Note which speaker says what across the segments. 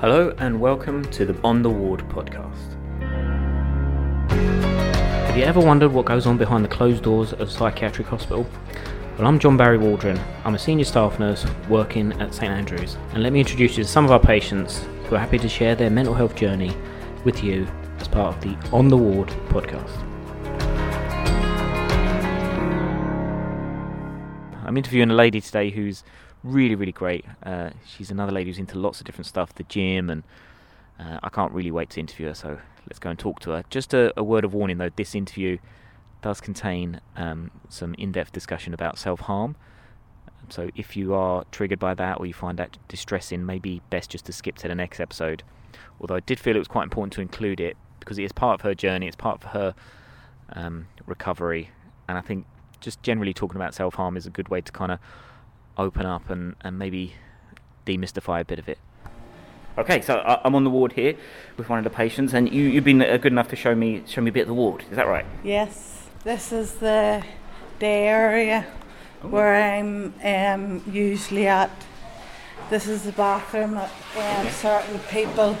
Speaker 1: Hello and welcome to the On the Ward podcast. Have you ever wondered what goes on behind the closed doors of psychiatric hospital? Well, I'm John Barry Waldron. I'm a senior staff nurse working at St Andrews, and let me introduce you to some of our patients who are happy to share their mental health journey with you as part of the On the Ward podcast. I'm interviewing a lady today who's really, really great. Uh, she's another lady who's into lots of different stuff, the gym, and uh, I can't really wait to interview her. So let's go and talk to her. Just a, a word of warning, though: this interview does contain um, some in-depth discussion about self-harm. So if you are triggered by that or you find that distressing, maybe best just to skip to the next episode. Although I did feel it was quite important to include it because it is part of her journey, it's part of her um, recovery, and I think just generally talking about self-harm is a good way to kind of open up and, and maybe demystify a bit of it. Okay, so I- I'm on the ward here with one of the patients, and you, you've been uh, good enough to show me show me a bit of the ward. Is that right?
Speaker 2: Yes, this is the day area where I'm um, usually at. This is the bathroom that um, certain people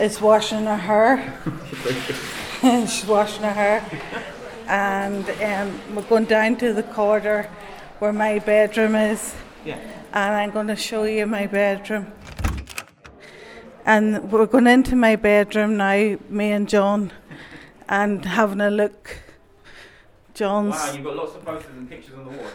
Speaker 2: is washing her hair. She's washing her hair. And um, we're going down to the corridor where my bedroom is.
Speaker 1: Yeah.
Speaker 2: And I'm going to show you my bedroom. And we're going into my bedroom now, me and John, and having a look. John's.
Speaker 1: you've got lots of posters and pictures on the ward.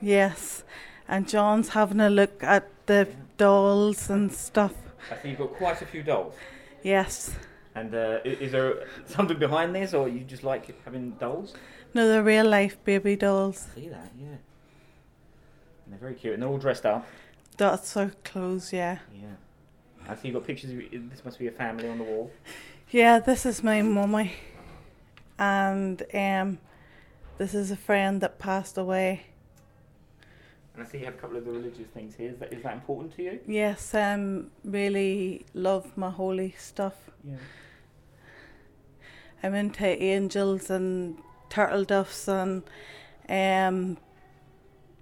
Speaker 2: Yes, and John's having a look at the dolls and stuff.
Speaker 1: I see you've got quite a few dolls.
Speaker 2: Yes,
Speaker 1: And uh, i- is there something behind this, or you just like having dolls?
Speaker 2: no, they're real life baby dolls.
Speaker 1: see that, yeah. And they're very cute, and they're all dressed up.
Speaker 2: That's our clothes, yeah.
Speaker 1: Yeah. I see you've got pictures. Of, this must be a family on the wall.
Speaker 2: Yeah, this is my mummy, and um, this is a friend that passed away.
Speaker 1: And I see you have a couple of the religious things here. Is that, is that important to you?
Speaker 2: Yes, um, really love my holy stuff.
Speaker 1: Yeah.
Speaker 2: I'm into angels and turtle doves and um,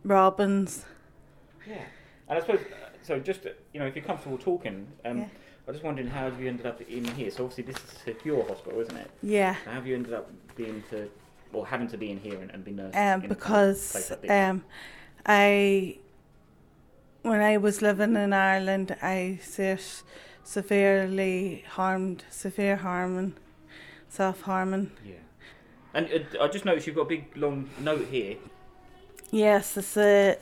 Speaker 2: robins.
Speaker 1: Yeah, and I suppose uh, so. Just uh, you know, if you're comfortable talking, um,
Speaker 2: Yeah.
Speaker 1: I'm just wondering how have you ended up in here? So obviously this is a secure hospital, isn't it?
Speaker 2: Yeah.
Speaker 1: So how have you ended up being to or having to be in here and, and be nursed?
Speaker 2: um,
Speaker 1: in a place
Speaker 2: because
Speaker 1: like this?
Speaker 2: um, I, when I was living in Ireland, I se- severely harmed, severe harming, self harming.
Speaker 1: yeah. And uh, I just noticed you've got a big long note here.
Speaker 2: Yes, it's a,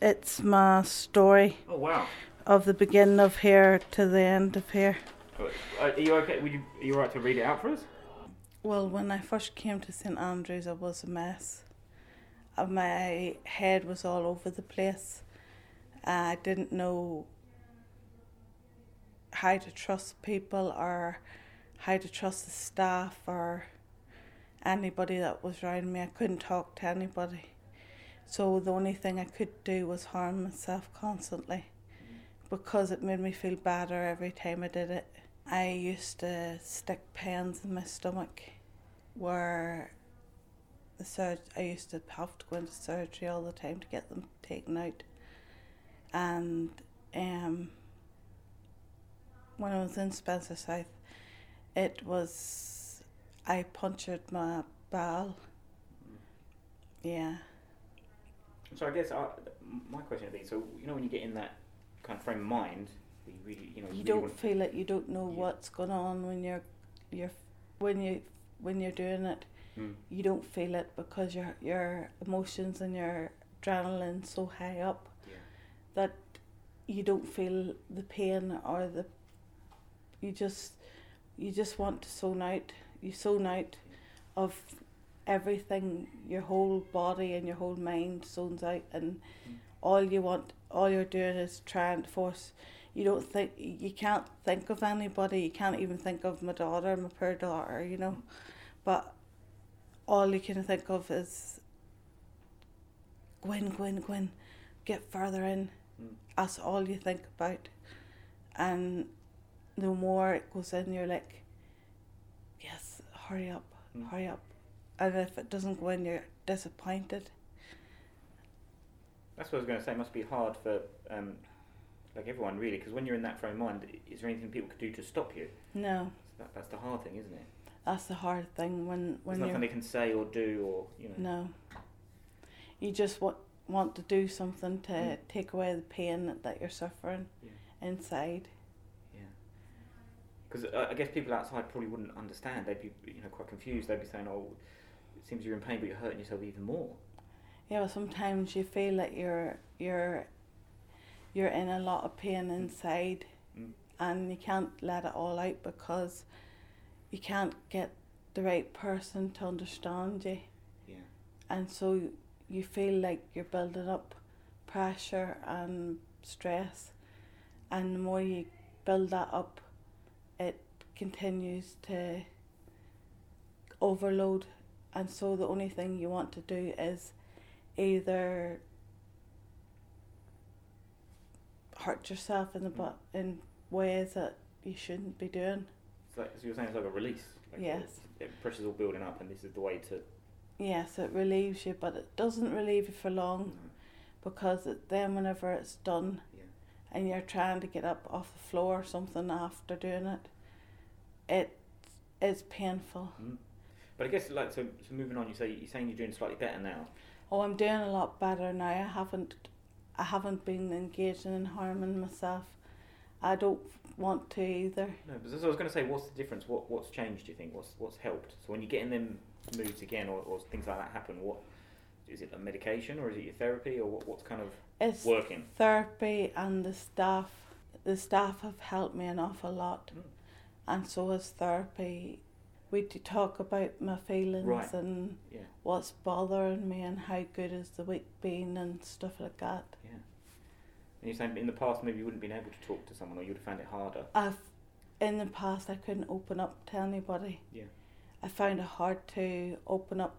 Speaker 2: it's my story
Speaker 1: Oh wow!
Speaker 2: of the beginning of here to the end of here.
Speaker 1: Uh, Are you okay? Would you are you all right to read it out for us?
Speaker 2: Well, when I first came to St Andrews, I was a mess. Uh, My head was all over the place. Uh, I didn't know how to trust people or how to trust the staff or anybody that was around me. I couldn't talk to anybody. So the only thing I could do was harm myself constantly because it made me feel badder every time I did it. I used to stick pins in my stomach where the surg- I used to have to go into surgery all the time to get them taken out. And um, when I was in Spencer South, it was I punctured my bowel. Yeah.
Speaker 1: So I guess I, my question would be: so you know when you get in that kind of frame of mind, where you really you know
Speaker 2: you
Speaker 1: really
Speaker 2: don't
Speaker 1: want-
Speaker 2: feel it. You don't know
Speaker 1: Yeah.
Speaker 2: what's going on when you're, you're, when you, when you're doing it.
Speaker 1: Mm.
Speaker 2: You don't feel it because your your emotions and your adrenaline so high up
Speaker 1: Yeah.
Speaker 2: that you don't feel the pain or the. You just, you just want to zone out. You zone out, of everything. Your whole body and your whole mind zones out, and all you want, all you're doing is trying to force you don't think you can't think of anybody you can't even think of my daughter my poor daughter you know but all you can think of is Gwyn Gwyn Gwyn get further in
Speaker 1: Mm.
Speaker 2: that's all you think about and the more it goes in you're like yes hurry up
Speaker 1: Mm.
Speaker 2: hurry up and if it doesn't go in you're disappointed
Speaker 1: That's what I was going to say. It must be hard for um, like everyone really, because when you're in that frame of mind, is there anything people could do to stop you?
Speaker 2: No,
Speaker 1: That, that's the hard thing, isn't it?
Speaker 2: that's the hard thing when
Speaker 1: There's
Speaker 2: when
Speaker 1: nothing
Speaker 2: you
Speaker 1: they can say or do or you know.
Speaker 2: no. You just want want to do something to
Speaker 1: Mm.
Speaker 2: take away the pain that, that you're suffering
Speaker 1: Yeah.
Speaker 2: inside.
Speaker 1: Because uh, I guess people outside probably wouldn't understand. They'd be, you know, quite confused. They'd be saying, "Oh, it seems you're in pain, but you're hurting yourself even more."
Speaker 2: Yeah, but sometimes you feel that you're you're you're in a lot of pain inside,
Speaker 1: Mm.
Speaker 2: and you can't let it all out because you can't get the right person to understand you,
Speaker 1: Yeah,
Speaker 2: and so you feel like you're building up pressure and stress, and the more you build that up, it continues to overload, and so the only thing you want to do is either hurt yourself in the butt in ways that you shouldn't be doing.
Speaker 1: it's like, so you're saying it's like a release. Like
Speaker 2: Yes.
Speaker 1: It, it- pressure's all building up, and this is the way to.
Speaker 2: Yes, it relieves you, but it doesn't relieve you for long because it, then whenever it's done,
Speaker 1: Yeah.
Speaker 2: and you're trying to get up off the floor or something after doing it, it is painful.
Speaker 1: Mm. But I guess like so. So moving on, you say you're saying you're doing slightly better now.
Speaker 2: Oh, I'm doing a lot better now. I haven't, I haven't been engaging in harming myself. I don't want to either.
Speaker 1: No, but that's what I was going to say. What's the difference? What what's changed? Do you think? What's what's helped? So when you're getting them moods again, or, or things like that happen, what is it? A medication, or is it your therapy, or what, what's kind of
Speaker 2: It's
Speaker 1: working?
Speaker 2: therapy and the staff. The staff have helped me an awful lot,
Speaker 1: Mm.
Speaker 2: and so has therapy. We do talk about my feelings
Speaker 1: Right.
Speaker 2: and
Speaker 1: Yeah.
Speaker 2: what's bothering me and how good has the week been and stuff like that.
Speaker 1: Yeah. And you're saying in the past maybe you wouldn't been able to talk to someone or you'd have found it harder.
Speaker 2: I've in the past I couldn't open up to anybody.
Speaker 1: Yeah.
Speaker 2: I found it hard to open up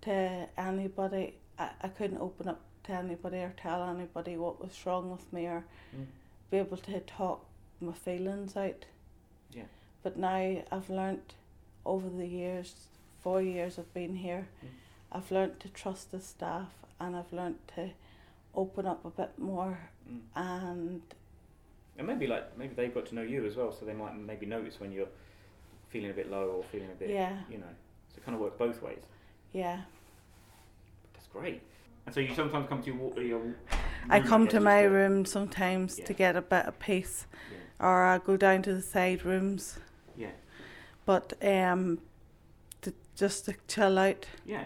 Speaker 2: to anybody. I, I couldn't open up to anybody or tell anybody what was wrong with me or
Speaker 1: Mm.
Speaker 2: be able to talk my feelings out.
Speaker 1: Yeah.
Speaker 2: But now I've learnt over the years, four years of being here,
Speaker 1: Mm.
Speaker 2: I've learnt to trust the staff and I've learnt to open up a bit more
Speaker 1: Mm.
Speaker 2: and
Speaker 1: And maybe like maybe they've got to know you as well, so they might maybe notice when you're feeling a bit low or feeling a bit
Speaker 2: yeah,
Speaker 1: you know. So it kind of works both ways.
Speaker 2: yeah.
Speaker 1: That's great. And so you sometimes come to your, wa- your room,
Speaker 2: I come
Speaker 1: guess,
Speaker 2: to
Speaker 1: is
Speaker 2: my
Speaker 1: what-
Speaker 2: room sometimes to
Speaker 1: Yeah.
Speaker 2: get a bit of peace,
Speaker 1: Yeah.
Speaker 2: or I go down to the side rooms,
Speaker 1: Yeah.
Speaker 2: but um, to, just to chill out
Speaker 1: Yeah.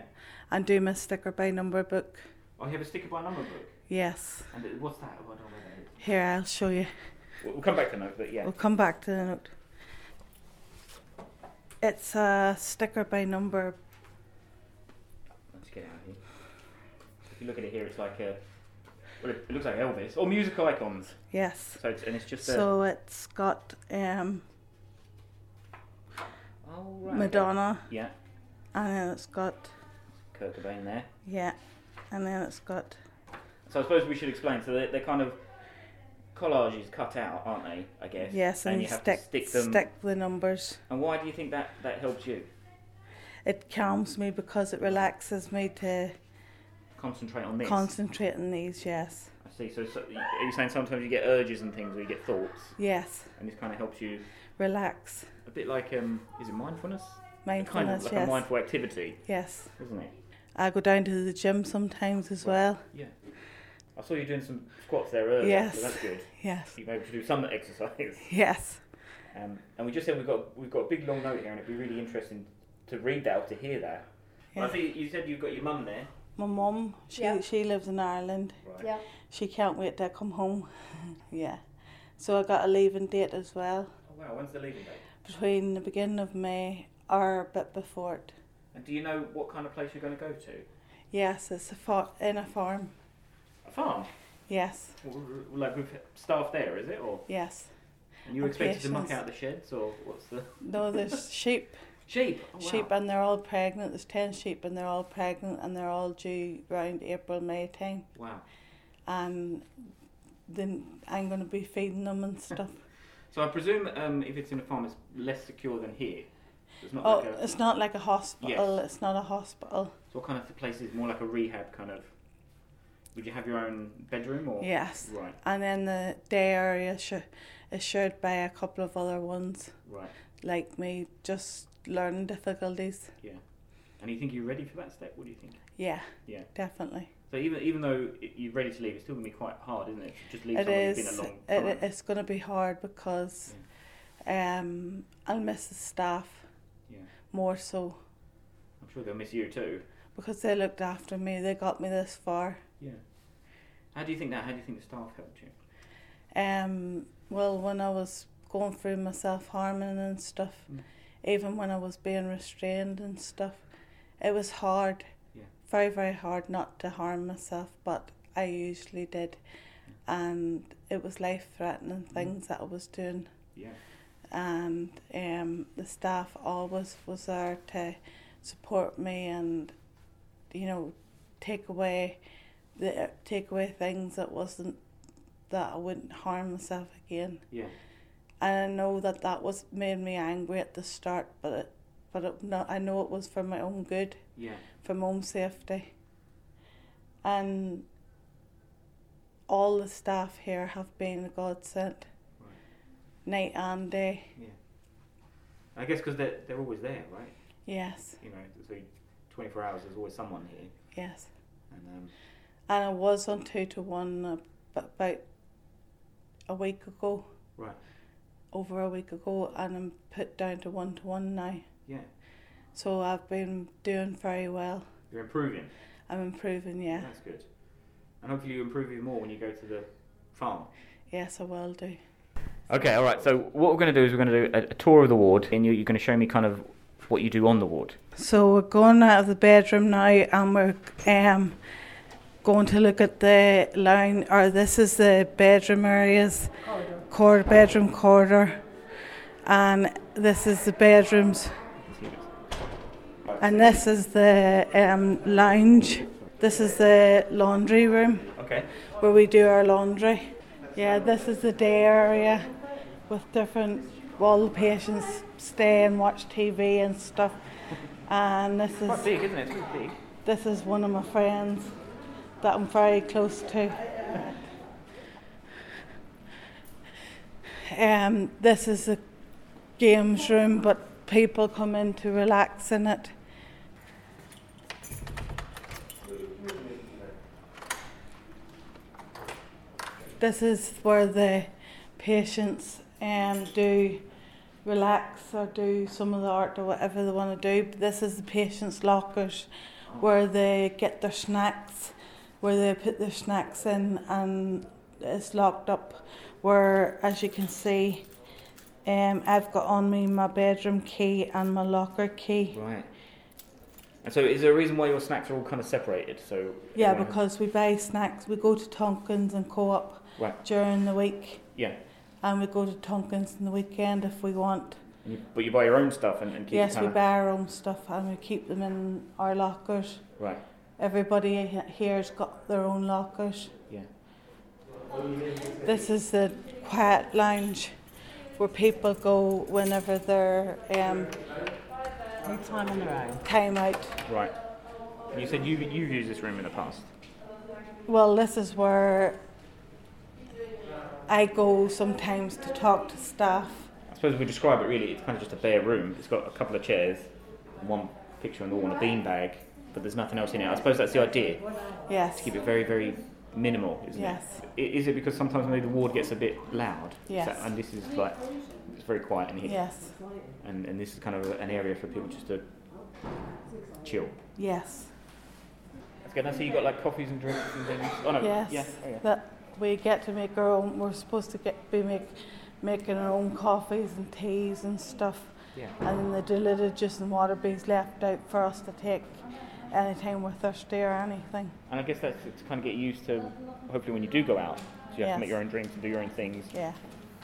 Speaker 2: and do my sticker by number book.
Speaker 1: Oh, you have a sticker by number book.
Speaker 2: Yes,
Speaker 1: And it- what's that? I don't know what that is.
Speaker 2: here I'll show you.
Speaker 1: We'll, we'll come back to note, but yeah.
Speaker 2: We'll come back to the note. It's a sticker by number.
Speaker 1: Let's get out of here. If you look at it here, it's like a. Well, it, it looks like Elvis or musical icons.
Speaker 2: Yes.
Speaker 1: So it's, and it's just a.
Speaker 2: So it's got um,
Speaker 1: oh, right. okay.
Speaker 2: Madonna,
Speaker 1: Yeah.
Speaker 2: and then it's got
Speaker 1: Kurt Cobain there.
Speaker 2: yeah, and then it's got
Speaker 1: So I suppose we should explain. So they're, they're kind of collages cut out, aren't they? I guess.
Speaker 2: yes, and,
Speaker 1: And
Speaker 2: you
Speaker 1: you have to
Speaker 2: stick
Speaker 1: stick them-
Speaker 2: stick the numbers.
Speaker 1: And why do you think that that helps you
Speaker 2: it calms me because it relaxes me to
Speaker 1: concentrate on this?
Speaker 2: concentrate on these. Yes,
Speaker 1: I see. So, so are you saying sometimes you get urges and things, or you get thoughts,
Speaker 2: yes,
Speaker 1: and this kind of helps you
Speaker 2: relax,
Speaker 1: a bit like um, is it mindfulness? Kind of
Speaker 2: mindfulness.
Speaker 1: like a
Speaker 2: yes,
Speaker 1: mindful activity,
Speaker 2: yes.
Speaker 1: isn't it?
Speaker 2: I go down to the gym sometimes as
Speaker 1: Right.
Speaker 2: well.
Speaker 1: Yeah. I saw you doing some squats there earlier.
Speaker 2: Yes.
Speaker 1: So that's good.
Speaker 2: Yes,
Speaker 1: You've been able to do some exercise.
Speaker 2: yes,
Speaker 1: Um, and we just said we've got we've got a big long note here, and it'd be really interesting to read that or to hear that.
Speaker 2: Yeah.
Speaker 1: I think you said you've got your mum there.
Speaker 2: My mum, she
Speaker 3: Yeah.
Speaker 2: she lives in Ireland.
Speaker 1: Right.
Speaker 3: Yeah.
Speaker 2: She can't wait to come home. yeah, so I got a leaving date as well
Speaker 1: Oh, wow, when's the leaving date?
Speaker 2: between the beginning of May or a bit before it.
Speaker 1: And do you know what kind of place you're going to go to?
Speaker 2: Yes, it's a far- in a farm.
Speaker 1: A farm.
Speaker 2: Yes,
Speaker 1: Well, Like with staff there, is it? Or
Speaker 2: yes.
Speaker 1: and you're expected to muck
Speaker 2: Operations.
Speaker 1: out the sheds, or what's the
Speaker 2: No, there's sheep.
Speaker 1: sheep? Oh, wow.
Speaker 2: sheep uh, and they're all pregnant. There's ten sheep and they're all pregnant and they're all due round April May time.
Speaker 1: Wow.
Speaker 2: And then I'm going to be feeding them and stuff.
Speaker 1: So I presume um, if it's in a farm, it's less secure than here. It's not
Speaker 2: oh,
Speaker 1: like a,
Speaker 2: it's not like a hospital. It's not a hospital.
Speaker 1: so what kind of place is more like a rehab kind of
Speaker 3: Would you have your own bedroom or?
Speaker 2: Yes.
Speaker 3: Right,
Speaker 2: And then the day area sh- is shared by a couple of other ones,
Speaker 3: right,
Speaker 2: like me, just learning difficulties.
Speaker 3: yeah. And you think you're ready for that step? What do you think?
Speaker 2: Yeah,
Speaker 3: Yeah.
Speaker 2: definitely.
Speaker 3: So even even though i- you're ready to leave, it's still gonna be quite hard, isn't it? To just leave
Speaker 2: It
Speaker 3: someone who's
Speaker 2: is.
Speaker 3: been a long
Speaker 2: It,
Speaker 3: time. Mm.
Speaker 2: it's going to be hard because um, I'll miss the staff
Speaker 3: Yeah.
Speaker 2: more so
Speaker 3: I'm sure they'll miss you too.
Speaker 2: because they looked after me. They got me this far.
Speaker 3: Yeah. How do you think that? How do you think the staff helped you?
Speaker 2: Um, well, when I was going through my self harming and stuff,
Speaker 3: Mm.
Speaker 2: even when I was being restrained and stuff, it was hard.
Speaker 3: Yeah.
Speaker 2: Very, very hard not to harm myself, but I usually did. And it was life threatening
Speaker 3: Mm.
Speaker 2: things that I was doing.
Speaker 3: Yeah.
Speaker 2: And um, the staff always was there to support me and, you know, take away the take away things that wasn't that I wouldn't harm myself again.
Speaker 3: Yeah.
Speaker 2: And I know that that was made me angry at the start, but it, but it, no, I know it was for my own good,
Speaker 3: Yeah.
Speaker 2: for my own safety. And all the staff here have been a godsend,
Speaker 3: Right.
Speaker 2: night and day.
Speaker 3: I guess because they're they're always there, right?
Speaker 2: Yes,
Speaker 3: You know, so 24 hours. There's always someone here,
Speaker 2: yes.
Speaker 3: and um,
Speaker 2: And I was on two to one ab- about a week ago,
Speaker 3: right.
Speaker 2: over a week ago, and I'm put down to one to one now.
Speaker 3: Yeah.
Speaker 2: So I've been doing very well.
Speaker 3: You're improving.
Speaker 2: I'm improving, yeah.
Speaker 3: That's good. And hopefully you improve even more when you go to the farm.
Speaker 2: Yes, I will do.
Speaker 1: Okay, all right. So what we're going to do is we're going to do a, a tour of the ward, and you, you're going to show me kind of what you do on the ward.
Speaker 2: So we're going out of the bedroom now, and we're um, going to look at the line. Or this is the bedroom areas, corridor, bedroom corridor, and this is the bedrooms, and this is the um, lounge. This is the laundry room
Speaker 1: Okay.
Speaker 2: where we do our laundry. Yeah, this is the day area with different all the patients stay and watch TV and stuff. And this is
Speaker 1: Quite big, isn't it? It's quite big.
Speaker 2: this is one of my friends that I'm very close to. Um, this is a games room, but people come in to relax in it. This is where the patients um, do relax or do some of the art or whatever they want to do. But this is the patients' lockers where they get their snacks, where they put their snacks in, and it's locked up. Where, as you can see, um, I've got on me my bedroom key and my locker key.
Speaker 1: Right. And so, is there a reason why your snacks are all kind of separated? So
Speaker 2: Yeah,
Speaker 1: everyone has-
Speaker 2: because we buy snacks. We go to Tonkins and Co-op
Speaker 1: Right.
Speaker 2: during the week,
Speaker 1: yeah,
Speaker 2: and we go to Tonkins on the weekend if we want.
Speaker 1: And you- but you buy your own stuff and, and keep
Speaker 2: yes,
Speaker 1: kind
Speaker 2: we
Speaker 1: of,
Speaker 2: buy our own stuff and we keep them in our lockers.
Speaker 1: right.
Speaker 2: Everybody he- here's got their own lockers.
Speaker 1: Yeah.
Speaker 2: This is the quiet lounge where people go whenever they're um,
Speaker 4: time on their own.
Speaker 2: time out.
Speaker 1: Right. And you said you you've used this room in the past.
Speaker 2: Well, this is where I go sometimes to talk to staff.
Speaker 1: I suppose if we describe it really, it's kind of just a bare room. It's got a couple of chairs, and one picture on the wall, and a beanbag, but there's nothing else in it. I suppose that's the idea.
Speaker 2: Yes.
Speaker 1: Keep it very, very minimal, isn't
Speaker 2: Yes.
Speaker 1: it? I- Is it because sometimes maybe the ward gets a bit loud? Is
Speaker 2: Yes.
Speaker 1: that- and this is like, it's very quiet in here.
Speaker 2: Yes.
Speaker 1: And, and this is kind of an area for people just to chill.
Speaker 2: Yes.
Speaker 1: That's good. I see you got like coffees and drinks and things. Oh no.
Speaker 2: Yes.
Speaker 1: Yeah. Oh, yeah.
Speaker 2: That we get to make our own. We're supposed to get be make, making our own coffees and teas and stuff.
Speaker 1: Yeah.
Speaker 2: And then they do little juice and water bees left out for us to take anytime we're thirsty or anything.
Speaker 1: And I guess that's to kind of get used to. Hopefully, when you do go out, so you have to
Speaker 2: Yes.
Speaker 1: make your own drinks and do your own things.
Speaker 2: Yeah.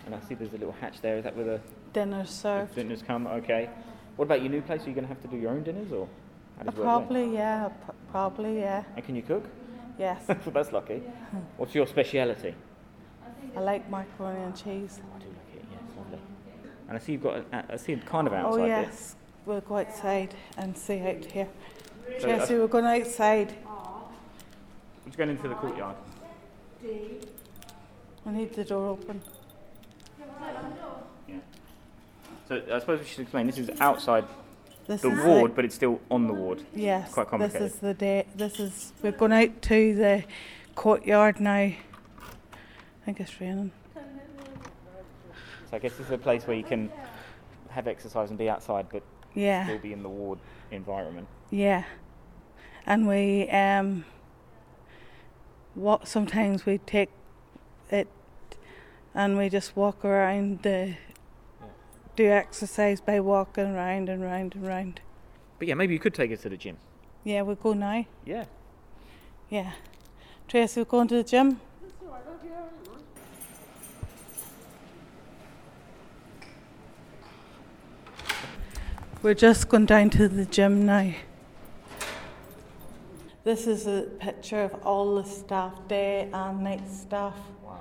Speaker 1: And I see there's a little hatch there. Is that where the
Speaker 2: Dinner's
Speaker 1: the
Speaker 2: served.
Speaker 1: dinners come? Okay. What about your new place? Are you going to have to do your own dinners or? How
Speaker 2: Uh,
Speaker 1: does it work there?
Speaker 2: probably, yeah. Pr- probably, yeah.
Speaker 1: And can you cook?
Speaker 2: Yes.
Speaker 1: that's lucky. What's your speciality? Oh,
Speaker 2: I like macaroni and cheese.
Speaker 1: I do like it. Yeah, it's lovely. And I see you've got. A, I see a carnival outside
Speaker 2: oh,
Speaker 1: there.
Speaker 2: yes. We'll go outside and see out here.
Speaker 1: So, uh,
Speaker 2: Tracy, we're going outside.
Speaker 1: Would It's going into the courtyard.
Speaker 2: I need the door open.
Speaker 1: So I suppose we should explain. This is outside
Speaker 2: This
Speaker 1: the
Speaker 2: is
Speaker 1: ward,
Speaker 2: like-
Speaker 1: but it's still on the ward.
Speaker 2: yes,
Speaker 1: quite complicated.
Speaker 2: This is the day. This is we're going out to the courtyard now. I think it's raining.
Speaker 1: So I guess this is a place where you can have exercise and be outside, but
Speaker 2: Yeah,
Speaker 1: still be in the ward environment.
Speaker 2: yeah. And we um, what sometimes we take it and we just walk around the do exercise by walking round and round and round.
Speaker 5: But yeah, maybe you could take us to the gym.
Speaker 2: Yeah, we go now.
Speaker 5: Yeah.
Speaker 2: Yeah. Tracy, we're going to the gym. We're just going down to the gym now. This is a picture of all the staff, day and night staff
Speaker 1: Wow.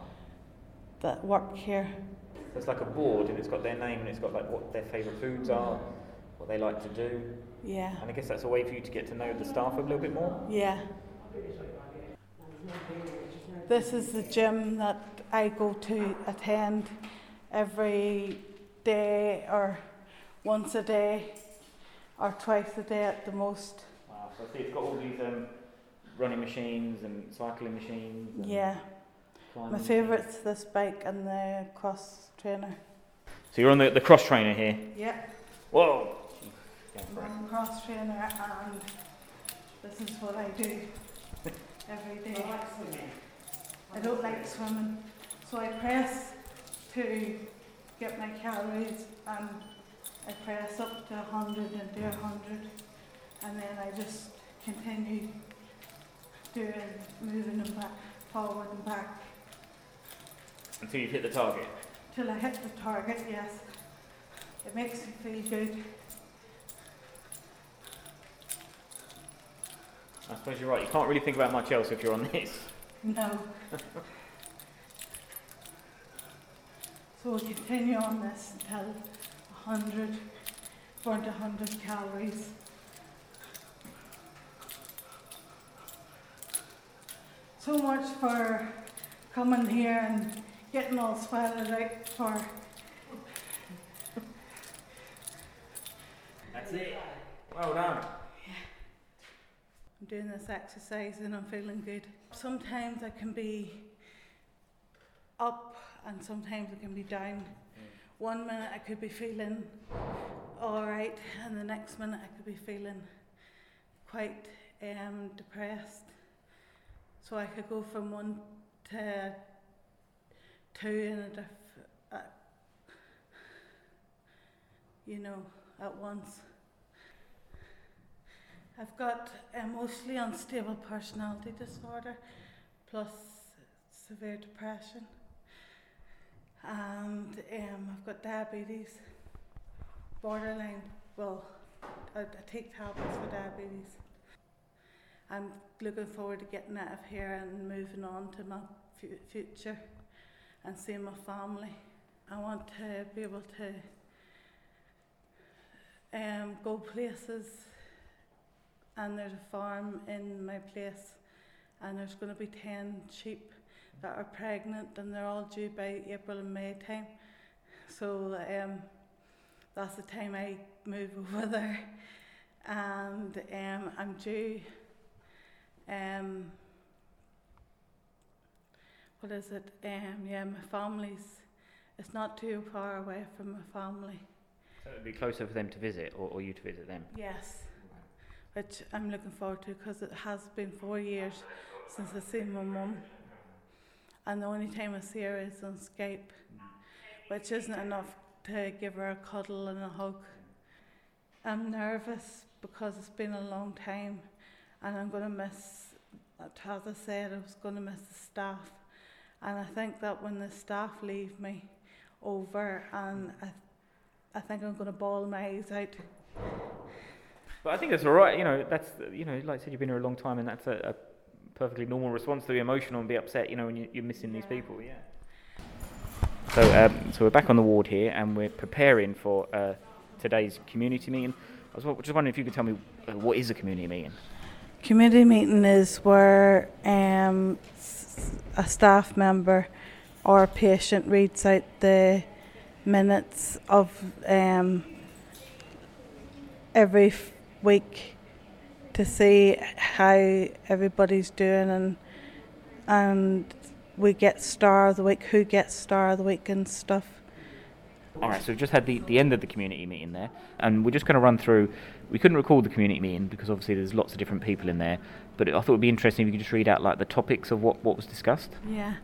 Speaker 2: that work here.
Speaker 1: It's like a board, and it's got their name, and it's got like what their favourite foods are, what they like to do,
Speaker 2: Yeah.
Speaker 1: and I guess that's a way for you to get to know the staff a little bit more.
Speaker 2: Yeah. This is the gym that I go to attend every day or once a day or twice a day at the most.
Speaker 1: Wow. So I see it's got all these um, running machines and cycling machines. and
Speaker 2: Yeah.
Speaker 1: climbing
Speaker 2: My
Speaker 1: machines.
Speaker 2: favourite's this bike and the cross trainer.
Speaker 1: So you're on the, the cross trainer here.
Speaker 2: Yeah,
Speaker 1: Whoa. Yeah,
Speaker 2: I'm
Speaker 1: right.
Speaker 2: on the cross trainer and this is what I do every day. I don't like swimming, so I press to get my calories and I press up to 100 and do 100 and then I just continue doing, moving and back, forward and back
Speaker 1: Until you hit the target.
Speaker 2: till I hit the target, yes. It makes me feel good.
Speaker 1: I suppose you're right. You can't really think about much else if you're on this.
Speaker 2: No. so we'll continue on this until 100, burnt 100 calories. So much for coming here and getting all sweated out for.
Speaker 1: That's it. Well done.
Speaker 2: I'm doing this exercise and I'm feeling good. Sometimes I can be up and sometimes I can be down. One minute I could be feeling all right, and the next minute I could be feeling quite um, depressed. So I could go from one to two in a diff- uh, you know, at once. I've got emotionally unstable personality disorder plus severe depression. And um, I've got diabetes, borderline, well, I, I take tablets for diabetes. I'm looking forward to getting out of here and moving on to my fu- future and seeing my family. I want to be able to um, go places and there's a farm in my place and there's going to be 10 sheep that are pregnant and they're all due by April and May time. So um, that's the time I move over there. And um, I'm due, um, what is it? Um, yeah, my family's, it's not too far away from my family.
Speaker 1: So it'd be closer for them to visit, or, or you to visit them.
Speaker 2: Yes, which I'm looking forward to because it has been four years since I've seen my mum, and the only time I see her is on Skype, which isn't enough to give her a cuddle and a hug. I'm nervous because it's been a long time, and I'm going to miss, as I said, I was going to miss the staff, and I think that when the staff leave me over, and I, I think I'm going to bawl my eyes out.
Speaker 1: But I think that's all right. You know, that's you know, like I said, you've been here a long time, and that's a, a perfectly normal response to be emotional and be upset. You know, when you, you're missing these people. Yeah. So, um, so we're back on the ward here, and we're preparing for uh, today's community meeting. I was wa- just wondering if you could tell me uh, what is a community meeting.
Speaker 2: Community meeting is where um, s- a staff member or a patient reads out the minutes of um, every f- week to see how everybody's doing and and we get star of the week, who gets star of the week and stuff.
Speaker 3: All right, so we've just had the, the end of the community meeting there, and we're just going to run through. We couldn't record the community meeting because obviously there's lots of different people in there, but I thought it would be interesting if you could just read out like the topics of what, what was discussed.
Speaker 2: Yeah,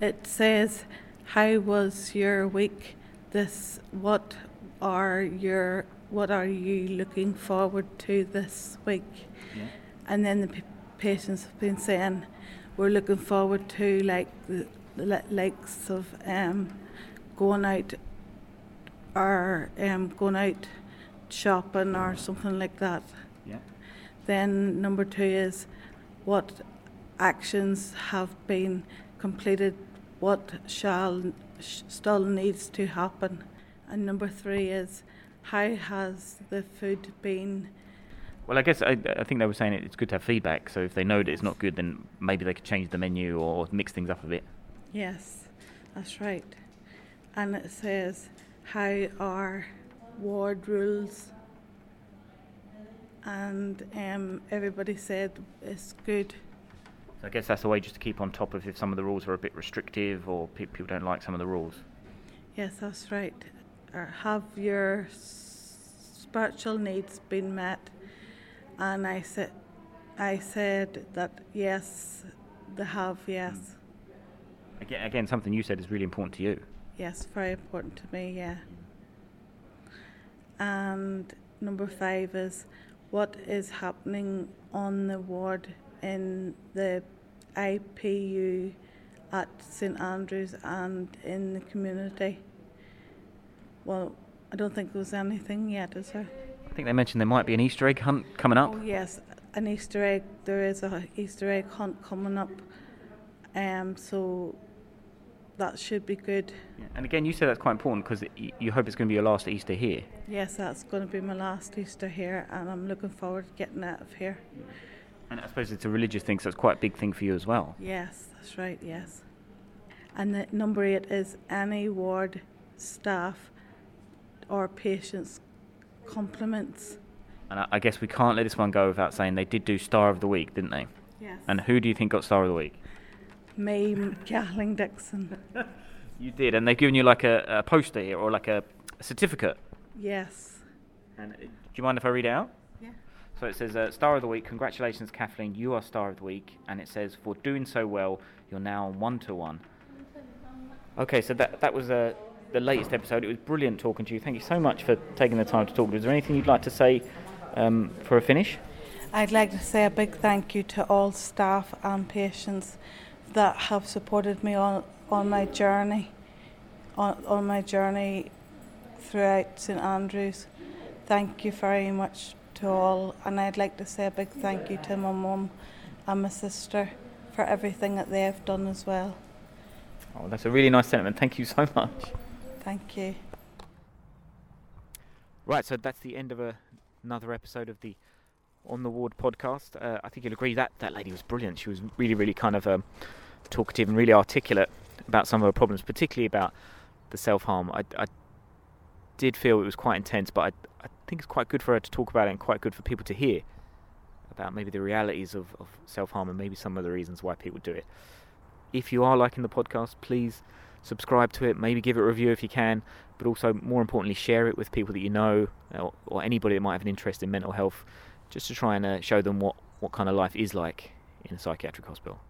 Speaker 2: it says, "How was your week? This what are your what are you looking forward to this week?"
Speaker 3: Yeah.
Speaker 2: And then the p- patients have been saying, "We're looking forward to like the the likes of um, going out or um, going out shopping or something like that."
Speaker 3: Yeah.
Speaker 2: Then number two is what actions have been completed, what shall sh- still needs to happen, and number three is how has the food been?
Speaker 1: Well, I guess I, I think they were saying it, it's good to have feedback. So if they know that it's not good, then maybe they could change the menu or mix things up a bit.
Speaker 2: Yes, that's right. And it says how are ward rules. And um, everybody said it's good.
Speaker 1: So I guess that's a way just to keep on top of if some of the rules are a bit restrictive or pe- people don't like some of the rules.
Speaker 2: Yes, that's right. Or have your s- spiritual needs been met? And I said, I said that yes, they have. Yes,
Speaker 1: Again, again, something you said is really important to you.
Speaker 2: yes, very important to me. Yeah. And number five is what is happening on the ward in the IPU at St Andrews and in the community. Well, I don't think there's anything yet, is there?
Speaker 1: I think they mentioned there might be an Easter egg hunt coming up.
Speaker 2: Oh yes, an Easter egg. There is a Easter egg hunt coming up, um, so that should be good.
Speaker 1: Yeah, And again, you said that's quite important because y- you hope it's going to be your last Easter here.
Speaker 2: Yes, that's going to be my last Easter here, and I'm looking forward to getting out of here.
Speaker 1: And I suppose it's a religious thing, so it's quite a big thing for you as well.
Speaker 2: Yes, that's right. Yes, and the number eight is any ward staff or patients compliments.
Speaker 1: And I, I guess we can't let this one go without saying they did do Star of the Week, didn't they?
Speaker 2: Yes.
Speaker 1: And who do you think got Star of the Week?
Speaker 2: me, Kathleen Dixon.
Speaker 1: You did, and they've given you like a, a poster here or like a, a certificate.
Speaker 2: Yes.
Speaker 1: And uh, do you mind if I read it out?
Speaker 2: Yeah.
Speaker 1: So it says, uh, Star of the Week, congratulations, Kathleen, you are Star of the Week. And it says, for doing so well, you're now on one to one. Okay, so that, that was uh, the latest episode. It was brilliant talking to you. Thank you so much for taking the time to talk. Is there anything you'd like to say um, for a finish?
Speaker 2: I'd like to say a big thank you to all staff and patients that have supported me on, on my journey, on, on my journey throughout St Andrews. Thank you very much to all, and I'd like to say a big thank you to my mum and my sister for everything that they have done as well.
Speaker 1: Oh, that's a really nice sentiment. Thank you so much.
Speaker 2: Thank you.
Speaker 1: Right, so that's the end of a, another episode of the On the Ward podcast. Uh, I think you'll agree that that lady was brilliant. She was really, really kind of um, talkative and really articulate about some of her problems, particularly about the self harm. I, I did feel it was quite intense, but I, I think it's quite good for her to talk about it and quite good for people to hear about maybe the realities of, of self harm and maybe some of the reasons why people do it. If you are liking the podcast, please subscribe to it, maybe give it a review if you can, but also more importantly, share it with people that you know or, or anybody that might have an interest in mental health, just to try and uh, show them what, what kind of life is like in a psychiatric hospital.